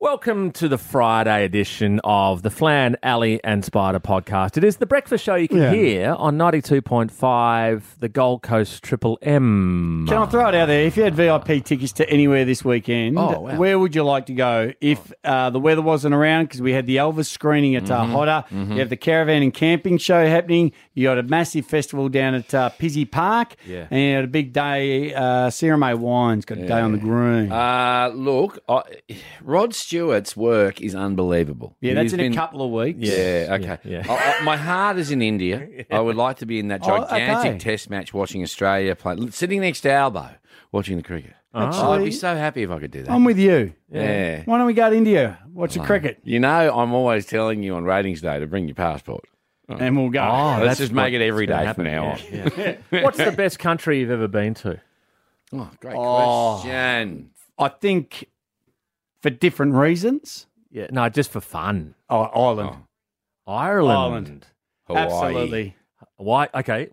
Welcome to the Friday edition of the Flan, Alley and Spider podcast. It is the breakfast show you can Yeah. hear on 92.5, the Gold Coast Triple M. Can I throw it out there? If you had VIP tickets to anywhere this weekend, Oh, wow. where would you like to go if uh, the weather wasn't around? Because we had the Elvis screening at Mm-hmm. uh, Hodder. You have the Caravan and Camping Show happening. You got a massive festival down at uh, Pizzy Park. Yeah. And you had a big day. Uh, Sarah May Wine's got a day on the groom. Uh, look, I, Rod Stewart's work is unbelievable. yeah, that's He's in been- a couple of weeks. Yeah, okay. yeah. I, I, my heart is in India. I would like to be in that Oh, okay. gigantic test match watching Australia play, sitting next to Albo watching the cricket. Actually- I'd be so happy if I could do that. I'm with you. yeah. Why don't we go to India? Watch the cricket. You know, I'm always telling you on ratings day to bring your passport. And we'll go. Oh, Let's that's just make it every day happen, from now on. yeah, yeah. What's the best country you've ever been to? Oh, great Oh. question. I think for different reasons. Yeah, no, just for fun. Oh, Ireland. Ireland. Ireland. Hawaii. Absolutely. Why? Okay,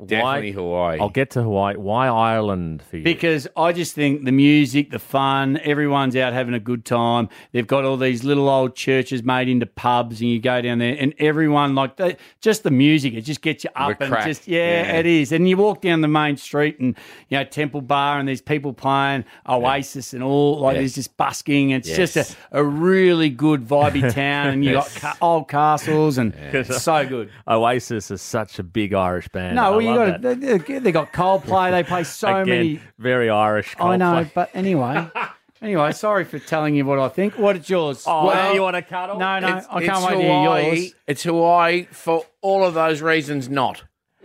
why? Definitely Hawaii. I'll get to Hawaii. Why Ireland for you? Because I just think the music, the fun, everyone's out having a good time. They've got all these little old churches made into pubs, and you go down there, and everyone like they, just the music. It just gets you up The and crack, just yeah, yeah. it is. And you walk down the main street, and you know Temple Bar, and there's people playing Oasis and all. Like there's just busking. It's just Yes. a, a really good vibey town, and you got ca- old castles, and it's so good. Oasis is such a big Irish band. No, I well, you love got that. to, they, they- they got Coldplay. They play so Again, many. very Irish. I know, Coldplay. but anyway, anyway, sorry for telling you what I think. What is yours? Oh, Well, now you want to cuddle? no, no, It's- I it's can't wait Hawaii. to hear yours. It's Hawaii for all of those reasons. Not.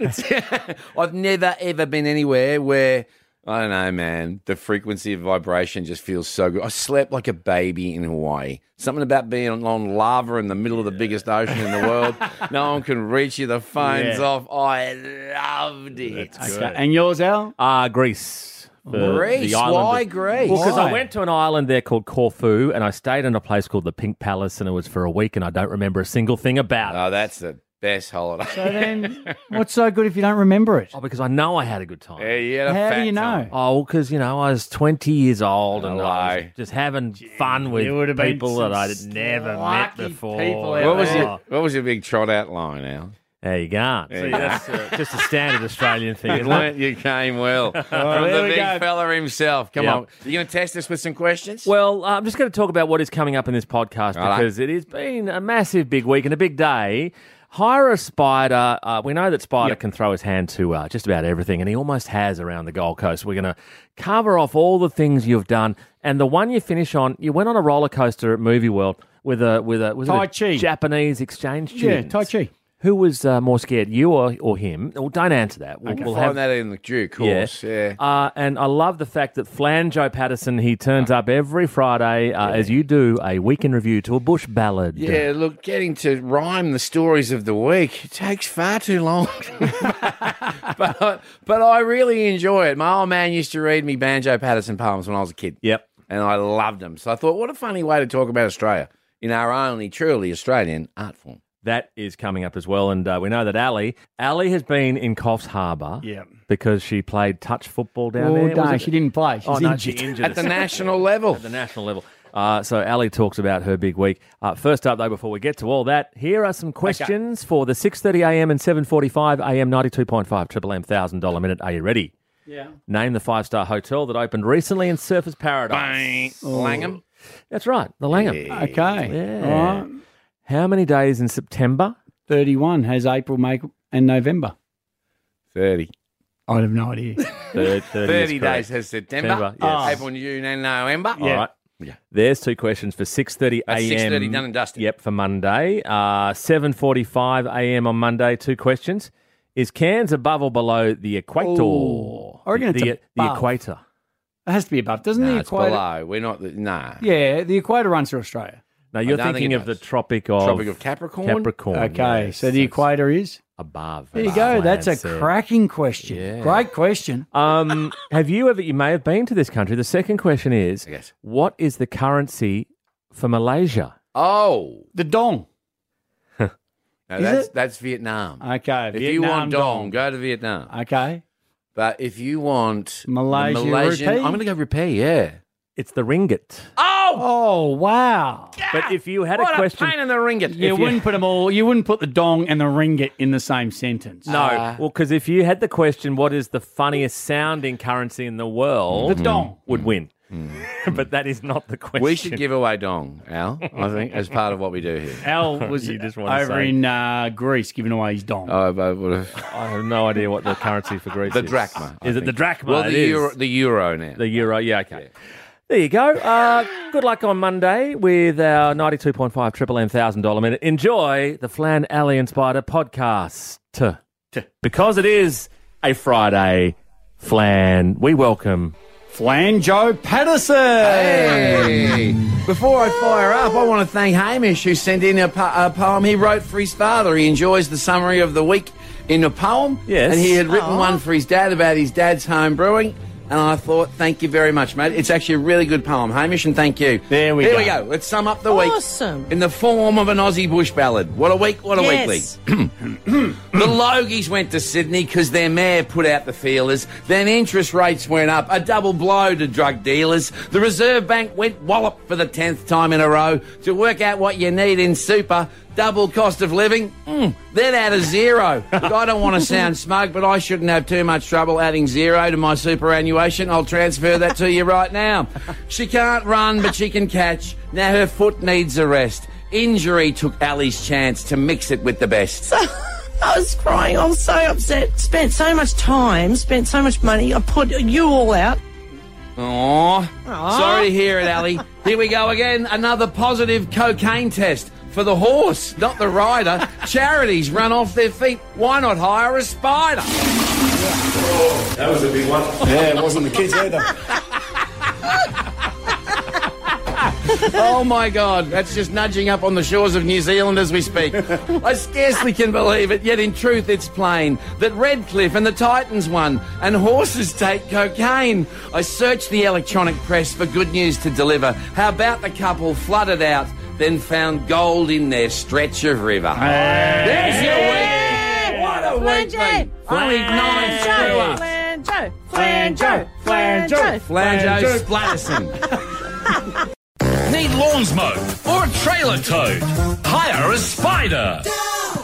I've never ever been anywhere where I don't know, man. The frequency of vibration just feels so good. I slept like a baby in Hawaii. Something about being on lava in the middle of the biggest ocean in the world. no one can reach you. The phone's Yeah. off. I loved it. Okay, and yours, Al? Ah, Greece. For Greece. the island of- Why Greece? Well, because I Why? went to an island there called Corfu, and I stayed in a place called the Pink Palace, and it was for a week, and I don't remember a single thing about it. oh, that's the best holiday. So then, what's so good if you don't remember it? Oh, because I know I had a good time. yeah, you had a How do fat you know? time. Oh, because you know I was twenty years old and I was Hello. just having fun with there would have been people some that I'd never met lucky before. people out What was Yeah. your What was your big trot out line, Al? There you go. See, you go. that's uh, just a standard Australian thing. You Isn't it? learnt you came well from there the we big go. fella himself. Come Yeah. on, you going to test us with some questions? Well, uh, I'm just going to talk about what is coming up in this podcast Righto. because it has been a massive big week and a big day. Hire a spider. Uh, we know that Spider can throw his hand to uh, just about everything, and he almost has around the Gold Coast. We're going to cover off all the things you've done, and the one you finish on, you went on a roller coaster at Movie World with a with a was it Tai a Chi. Japanese exchange Yeah, student. Tai Chi. Who was uh, more scared, you or, or him? Well, don't answer that. We'll, we'll find have that in the due course. Yeah. uh, and I love the fact that Flan Joe Patterson, he turns up every Friday, uh, as you do, a weekend review to a bush ballad. yeah. look, getting to rhyme the stories of the week it takes far too long. but, I- but I really enjoy it. My old man used to read me Banjo Patterson poems when I was a kid. Yep. And I loved them. So I thought, what a funny way to talk about Australia in our only truly Australian art form. That is coming up as well. And uh, we know that Ali, Ali has been in Coffs Harbour Yeah. because she played touch football down Well, there. was Oh, no, it? she didn't play. She's oh, no, she injured. injured At the herself. national level. At the national level. Uh, so Ali talks about her big week. Uh, first up, though, before we get to all that, here are some questions for the 6.30 a.m. and 7.45 a.m. 92.5 Triple M $1,000 minute. Are you ready? Yeah. Name the five star hotel that opened recently in Surfers Paradise. Langham. That's right, the Langham. Okay. Yeah. All right. How many days in September? 31 has April, May, and November. 30. I have no idea. Thir- 30 is correct. days has September. September, yes. Oh. April, June, and November. All right. Yeah. There's two questions for 6.30 That's a.m. 6:30, done and dusted. Yep, for Monday. Uh, 7.45 a.m. on Monday, two questions. Is Cairns above or below the equator? Ooh, Oh, I reckon it's the, the above. equator. It has to be above, doesn't Nah, the it's equator? below. We're not. The, nah. Yeah, the equator runs through Australia. Now, you're don't think thinking it of the does. Tropic of, Tropic of Capricorn. Capricorn, Okay, Oh, yes. so the equator is? above. There you above go. That's a lands there. cracking question. Great question. Um, have you ever? You may have been to this country. The second question is: Yes. What is the currency for Malaysia? Oh, The dong. no, Is that's it? Uh, that's Vietnam. Okay. if you want dong, go to Vietnam. Okay. But if you want the Malaysia Malaysian, rupee? I'm going to go rupee. Yeah. It's the ringgit. Oh wow! But if you had Ah, What a a question, pain in the ringgit. You you- wouldn't put them all. You wouldn't put the dong and the ringgit in the same sentence. no, well, because if you had the question, what is the funniest sounding currency in the the world? dong. would win. but that is not the question. Mm-hmm. We should give away dong, Al. I think as part of what we do here. Al was You just wanna over say. Uh, in uh, Greece giving away his dong. Oh, but what if- I have no idea what the currency for Greece the is. drachma. I Is it think. the drachma? Well, It the is. euro, the euro now. The euro, yeah, okay. There you go. Uh, good luck on Monday with our 92.5 Triple M Thousand Dollar Minute. Enjoy the Flan Alley and Spider podcast. Because it is a Friday, Flan, we welcome. Flanjo Patterson. Hey! Before I fire up, I want to thank Hamish who sent in a, po- a poem he wrote for his father. He enjoys the summary of the week in a poem. Yes. And he had written one for his dad about his dad's home brewing. And I thought, thank you very much, mate. It's actually a really good poem, Hamish, and thank you. There we Here go. we go. Let's sum up the week. Awesome. In the form of an Aussie bush ballad. What a week, what a weekly. yes. The Logies went to Sydney because their mayor put out the feelers. Then interest rates went up, a double blow to drug dealers. The Reserve Bank went wallop for the tenth time in a row to work out what you need in super. Double cost of living, mm, then add a zero. Look, I don't want to sound smug, but I shouldn't have too much trouble adding zero to my superannuation. I'll transfer that to you right now. She can't run, but she can catch. Now her foot needs a rest. Injury took Ali's chance to mix it with the best. I was crying. I was so upset. Spent so much time, spent so much money. I put you all out. Aw. Sorry to hear it, Ali. Here we go again. Another positive cocaine test for the horse, not the rider. Charities run off their feet. Why not hire a spider? That was a big one. Yeah, it wasn't the kids either. Oh my God, that's just nudging up on the shores of New Zealand as we speak. I scarcely can believe it, yet in truth it's plain that Redcliffe and the Titans won, and horses take cocaine. I searched the electronic press for good news to deliver. How about the couple flooded out, then found gold in their stretch of river? There's your week! What a week, mate! Only nine screw ups. Flanjo. Flanjo. Flanjo. Flanjo Splatterson. Need lawns mowed or a trailer towed? Hire a spider.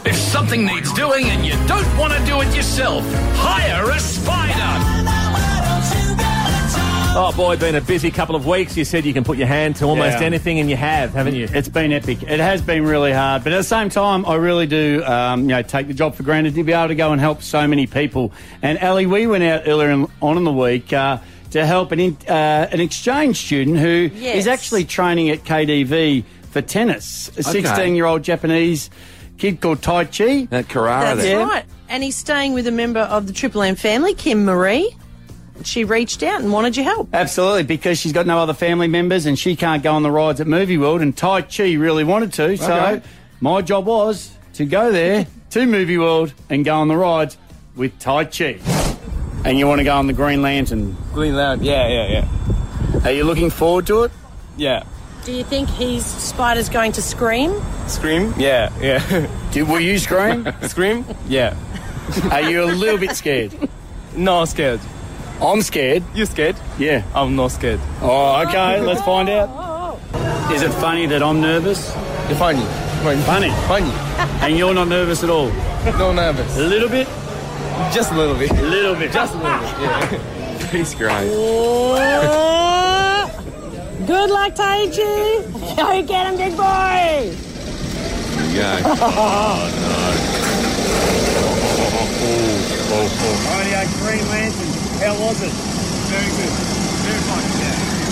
If something needs doing and you don't want to do it yourself, hire a spider. Oh boy, been a busy couple of weeks. You said you can put your hand to almost Yeah. anything, and you have, haven't you? It's been epic. It has been really hard, but at the same time, I really do, um, you know, take the job for granted to be able to go and help so many people. And Ali, we went out earlier in, on in the week uh, to help an in, uh, an exchange student who is Yes. actually training at KDV for tennis. A Okay. sixteen-year-old Japanese kid called Tai Chi. That Carrara That's there. right. And he's staying with a member of the Triple M family, Kim Marie. She reached out and wanted your help. Absolutely, because she's got no other family members and she can't go on the rides at Movie World, and Tai Chi really wanted to. So Okay. my job was to go there to Movie World and go on the rides with Tai Chi. And you want to go on the Green Lantern? Green Lantern, yeah, yeah, yeah. Are you looking forward to it? Yeah. Do you think his spider's going to scream? Scream? Yeah, yeah. Did, will you scream? scream? Yeah. Are you a little bit scared? No, I'm scared. I'm scared. You scared? Yeah. I'm not scared. Oh, okay. Let's find out. Is it funny that I'm nervous? You're funny. Funny. Funny. Funny. And you're not nervous at all? No nervous. A little bit? Just a little bit. A little bit. Just He's great. Oh. Good luck, Taiji. Go get him, big boy. Yeah. uh, Green Lantern. How was it? Very good.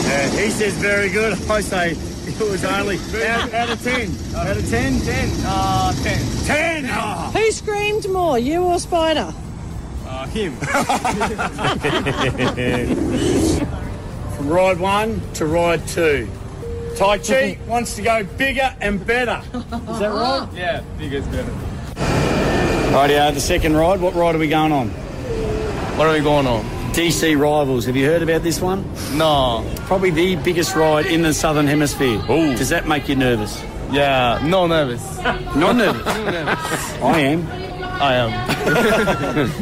Very fun, yeah. he says very good. I say it was only out, out of 10. Out of 10? 10. Uh, 10. 10! Ah. Who screamed more, you or Spider? From ride one to ride two. Tai Chi wants to go bigger and better. Is that right? Yeah, bigger's better. Rightio, the second ride. What ride are we going on? What are we going on? DC Rivals. Have you heard about this one? No. Probably the biggest ride in the Southern Hemisphere. Does that make you nervous? Yeah, no nervous. Not nervous. I am. I am.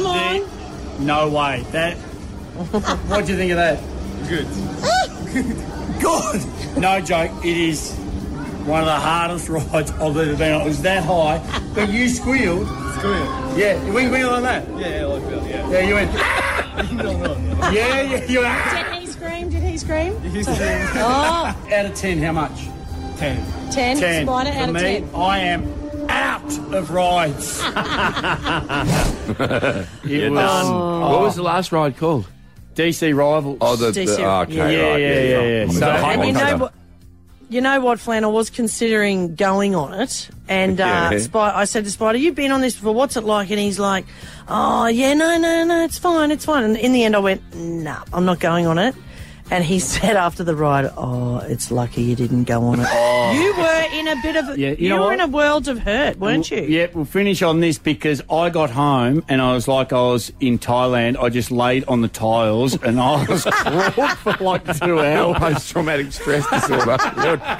No way. That. what do you think of that? Good. Good. No joke. It is one of the hardest rides I've ever been on. It was that high, but you squealed. Squeal. Yeah, you went wheel on that. Yeah, yeah, like that, yeah. Yeah, you went. yeah, yeah, you went. "Ah!" Did he scream? Did he scream? Oh, Out of ten, how much? 10. 10. Ten. Spider out For of me, 10. I am out of rides. it was What was the last ride called? DC Rivals. Oh, the, DC. the oh, okay, Yeah, right, yeah, yeah, yeah. I'm So- sorry. And And you know Okay. what? You know what, Flan? I was considering going on it, and uh, Yeah. Spy- I said to Spider, "You've been on this before. What's it like?" And he's like, "Oh yeah, no, no, no, it's fine, it's fine." And in the end, I went, "Nah, I'm not going on it." And he said after the ride, "Oh, it's lucky you didn't go on it. Oh. You were in a bit of a, Yeah, you you, know were what? in a world of hurt, weren't you? Yep, we'll finish on this because I got home and I was like I was in Thailand. I just laid on the tiles and I was crawled for like two hours. Post traumatic stress disorder.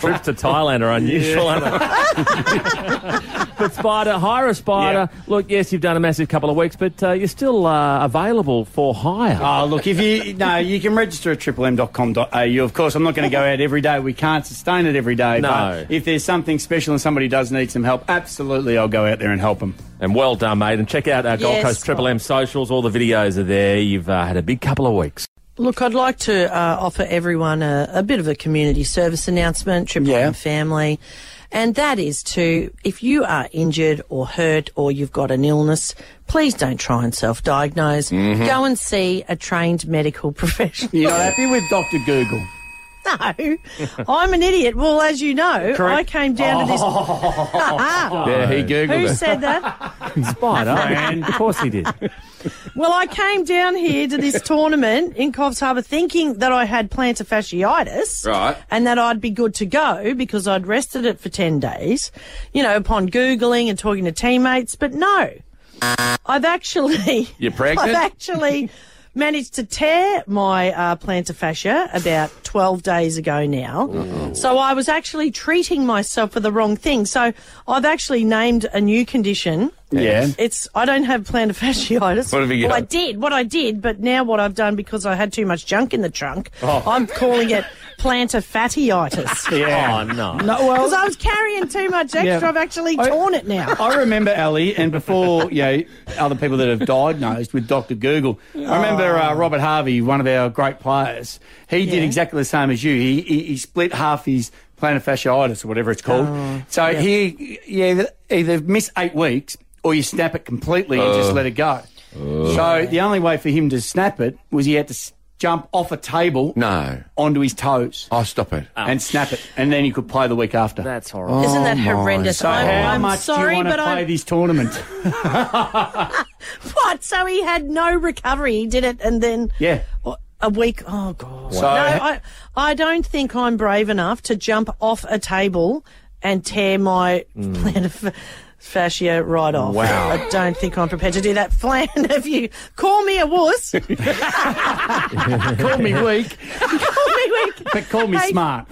Trips to Thailand are unusual, aren't they? but Spider, hire a Spider. Look, yes, you've done a massive couple of weeks, but uh, you're still uh, available for hire. Oh, look, if you, no, you can register at triplem.com.au. Of course, I'm not going to go out every day. We can't sustain it every day. No. But if there's something special and somebody does need some help, absolutely, I'll go out there and help them. And well done, mate. And check out our Gold Yes, Coast Triple Scott. M socials. All the videos are there. You've uh, had a big couple of weeks. Look, I'd like to uh, offer everyone a, a bit of a community service announcement, Triple Yeah. M family. And that is to, if you are injured or hurt or you've got an illness, please don't try and self diagnose. Go and see a trained medical professional. You're not happy with Dr. Google? No, I'm an idiot. Well, as you know, I came down to this. yeah, he Who googled it. said that? Oh, Spider, and of course he did. Well, I came down here to this tournament in Coffs Harbour thinking that I had plantar fasciitis. Right. And that I'd be good to go because I'd rested it for 10 days, you know, upon Googling and talking to teammates. But no, I've actually. You're pregnant? I've actually managed to tear my uh, plantar fascia about 12 days ago now. So I was actually treating myself for the wrong thing. So I've actually named a new condition. Yeah. It's I don't have plantar fasciitis. What have you well, got? I did what I did, but now what I've done because I had too much junk in the trunk, Oh. I'm calling it plantar fattiitis. Oh, Yeah. no. No, well, Because I was carrying too much extra, Yeah. I've actually I- torn it now. I remember Ali, and before you know other people that have diagnosed with Doctor Google. I remember uh, Robert Harvey, one of our great players. He did Oh. Yeah. exactly the same as you. He he, he split half his plantar fasciitis or whatever it's called. Oh, so he yeah either miss eight weeks or you snap it completely and just let it go. So the only way for him to snap it was he had to s- jump off a table No. onto his toes Oh, stop it. and snap it, and then he could play the week after. That's Oh, horrible. Isn't that horrendous? so I'm, how I'm much do sorry, you want to but play I'm this tournament? what? So he had no recovery. He did it, and then Yeah. a week. Oh god. So- no, I I don't think I'm brave enough to jump off a table and tear my Hmm. plantar f- fascia right off. Wow. I don't think I'm prepared to do that. Flan, if you call me a wuss, call me call me weak, weak. but call me Hey. smart.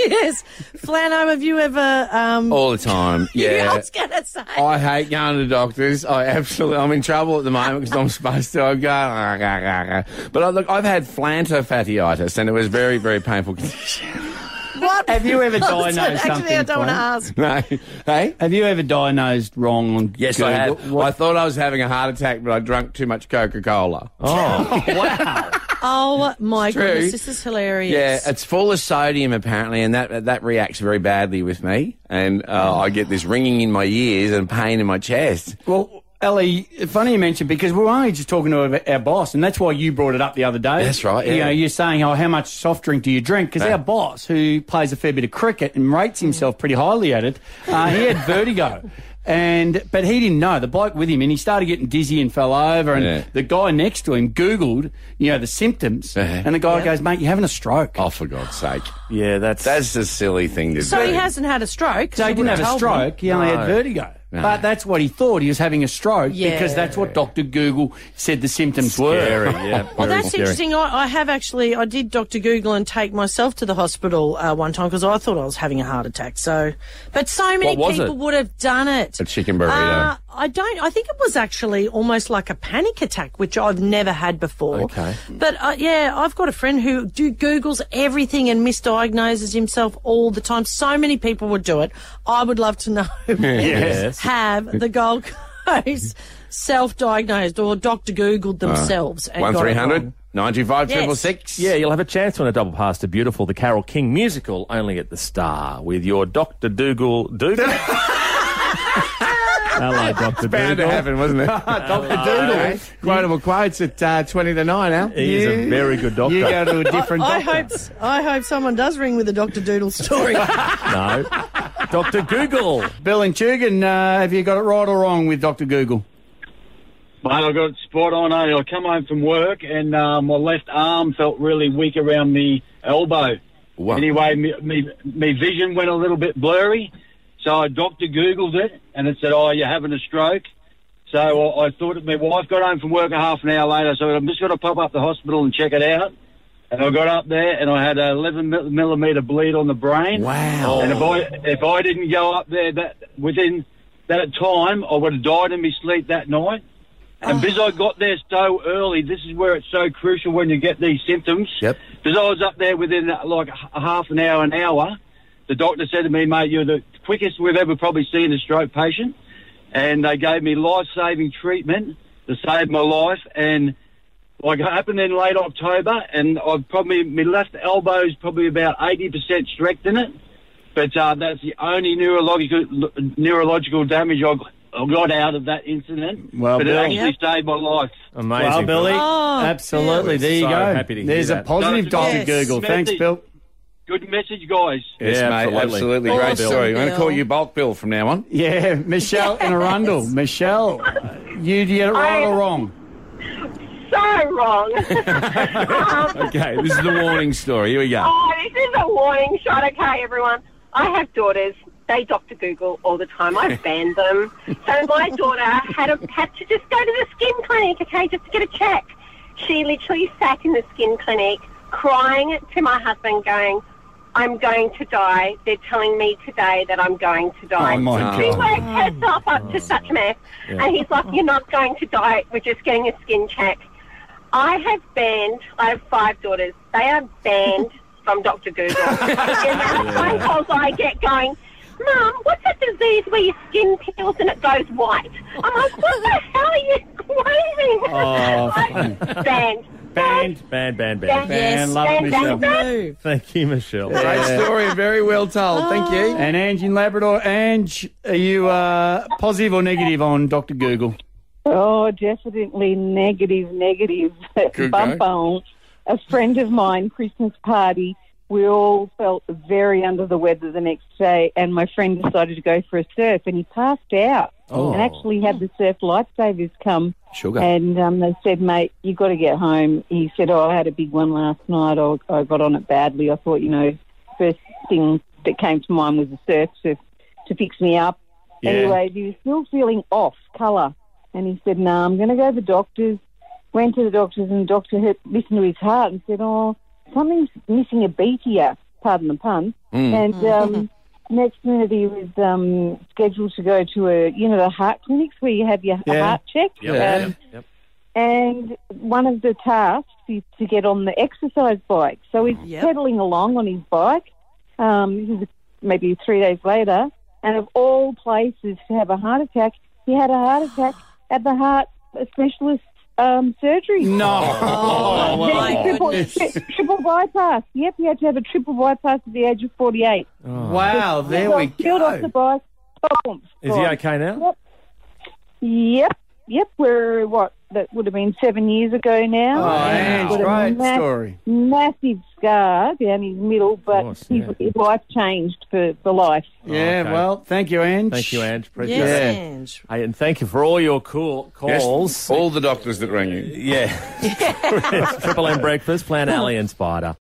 Yes, Flano, have you ever? Um, All the time. Oh, I Yeah. was gonna say. I hate going to doctors. I absolutely, I'm in trouble at the moment because I'm supposed to. I go, "Ah, ah, ah, ah." but I, look, I've had flantofattiitis, and it was very, very painful condition. what? Oh, Have you ever Actually, diagnosed something? I don't want to Fran? ask. no, hey. Have you ever diagnosed wrong on Yes, Google? I had. I thought I was having a heart attack, but I drank too much Coca Cola. Oh, Oh my true. goodness, this is hilarious. Yeah, it's full of sodium apparently, and that that reacts very badly with me, and uh, I get this ringing in my ears and pain in my chest. Well, Ellie, funny you mentioned because we were only just talking to our- our boss, and that's why you brought it up the other day. That's right, You yeah. know, you're saying, "Oh, how much soft drink do you drink?" Because Yeah. our boss, who plays a fair bit of cricket and rates himself pretty highly at it, uh, he had vertigo. And but he didn't know the bloke with him, and he started getting dizzy and fell over. And Yeah. the guy next to him googled, you know, the symptoms, Uh-huh. and the guy goes, "Mate, you're having a stroke." Oh, for God's sake, yeah, that's. that's a silly thing to So do. he hasn't had a stroke. So he didn't have a stroke. He only had vertigo. But that's what he thought. He was having a stroke Yeah. because that's what Doctor Google said the symptoms Scary, were. yeah. Well, very that's scary. interesting. I, I have actually, I did Dr. Google and take myself to the hospital uh, one time because I thought I was having a heart attack. So, but so many What was people it? would have done it. A chicken burrito. Uh, I don't. I think it was actually almost like a panic attack, which I've never had before. Okay. But uh, yeah, I've got a friend who do Google's everything and misdiagnoses himself all the time. So many people would do it. I would love to know. Yes. Have the Gold Coast self-diagnosed or Doctor Googled themselves? and Uh, One got it three wrong. hundred ninety five Yes. triple six. Yeah, you'll have a chance when a double pass to Beautiful, the Carol King musical, only at the Star with your Dr. Dougal. Dougal? Hello, Dr. Bound to Dougal. happen, wasn't it? Dr. Doodle. Quotable quotes at uh, 20 to 9, Al. He is a very good doctor. You go to a different I doctor. hope. I hope someone does ring with a Doctor Doodle story. No. Dr. Google. Bill and Tugan, uh, have you got it right or wrong with Dr. Google? Mate, I got it spot on. Eh? I come home from work and uh, my left arm felt really weak around the elbow. Wow. Anyway, me, me, me vision went a little bit blurry, so I doctor googled it and it said, "Oh, you're having a stroke." So I, I thought my wife got home from work a half an hour later, so I'm just going to pop up the hospital and check it out. And I got up there and I had a 11 mil- millimeter bleed on the brain. Oh, Wow. And if I if I didn't go up there that within that time, I would have died in my sleep that night. And because I got there so early, this is where it's so crucial when you get these symptoms. Yep. Because I was up there within uh, like a h- a half an hour, an hour. The doctor said to me, mate, you're the quickest we've ever probably seen a stroke patient. And they gave me life saving treatment to save my life. And like it happened in late October, and I've probably, my left elbow's probably about 80% strength in it. But uh, that's the only neurological neurological damage I got- I got out of that incident. Well, but it Bill. actually saved my life. Amazing. Well, Billy, Oh, absolutely. Bill. There you So go. happy to hear There's a that. positive No, Dr. it's- Google. Yes. Thanks, Bill. Good message, guys. Yes, Yeah, mate. absolutely. Absolutely. Great Awesome, story. I'm going to Bill. call you Bulk Bill from now on. Yeah, Michelle and Arundel. Michelle, you get it right I- or wrong? So wrong. um, Okay, this is the warning story. Here we go. oh, this is a warning shot. Okay, everyone. I have daughters. They Dr. Google all the time. I ban them. So my daughter had a, had to just go to the skin clinic, okay, just to get a check. She literally sat in the skin clinic crying to my husband, going, I'm going to die. They're telling me today that I'm going to die. Oh, my She God. worked herself up to such a mess. And he's like, You're not going to die. We're just getting a skin check. I have banned, I have five daughters. They are banned from Dr. Google. and that's phone calls I get going, Mum, what's that disease where your skin peels and it goes white? I'm like, What the hell are you claiming? Oh, I'm banned. Band. Band, band, band. Band. Love Band, Michelle. band, band. Move. Thank you, Michelle. Great story. Very well told. Thank you. Oh. And Ange in Labrador. Ange, are you uh, positive or negative on Dr. Google? Oh, definitely negative, negative. Good Bump on. A friend of mine, Christmas party, we all felt very under the weather the next day, and my friend decided to go for a surf, and he passed out Oh. and actually had the surf lifesavers come. Sugar. And um, they said, mate, you got to get home. He said, oh, I had a big one last night. I, I got on it badly. I thought, you know, first thing that came to mind was the surf to, to fix me up. Yeah. Anyway, he was still feeling off colour. And he said, no, I'm going to go to the doctor's. Went to the doctor's and the doctor had listened to his heart and said, oh, something's missing a beat here. Pardon the pun. And um, next minute he was um, scheduled to go to a, you know, the heart clinics where you have your Yeah. heart checked. Yeah. Um, and one of the tasks is to get on the exercise bike. So he's Yep. pedaling along on his bike. Um, this is maybe three days later, and of all places to have a heart attack, he had a heart attack at the heart specialist um, surgery. No. Oh, my triple, goodness. tri- triple bypass. Yep, he had to have a triple bypass at the age of 48. Wow, there we Peeled off the go. bike. Boom. Is he Gone. okay now? Yep, yep. We're what that would have been seven years ago now. Oh, Ange, Got a great ma- story. Massive scar down his middle, but course, his, yeah. his life changed for, for life. Yeah, okay. well, thank you, Ange. Thank you, Ange. Appreciate Yes, it. Yeah. Ange. Hey, and thank you for all your cool calls. All the doctors that rang you. Yeah. Triple M Breakfast, Plan Alley and Spider.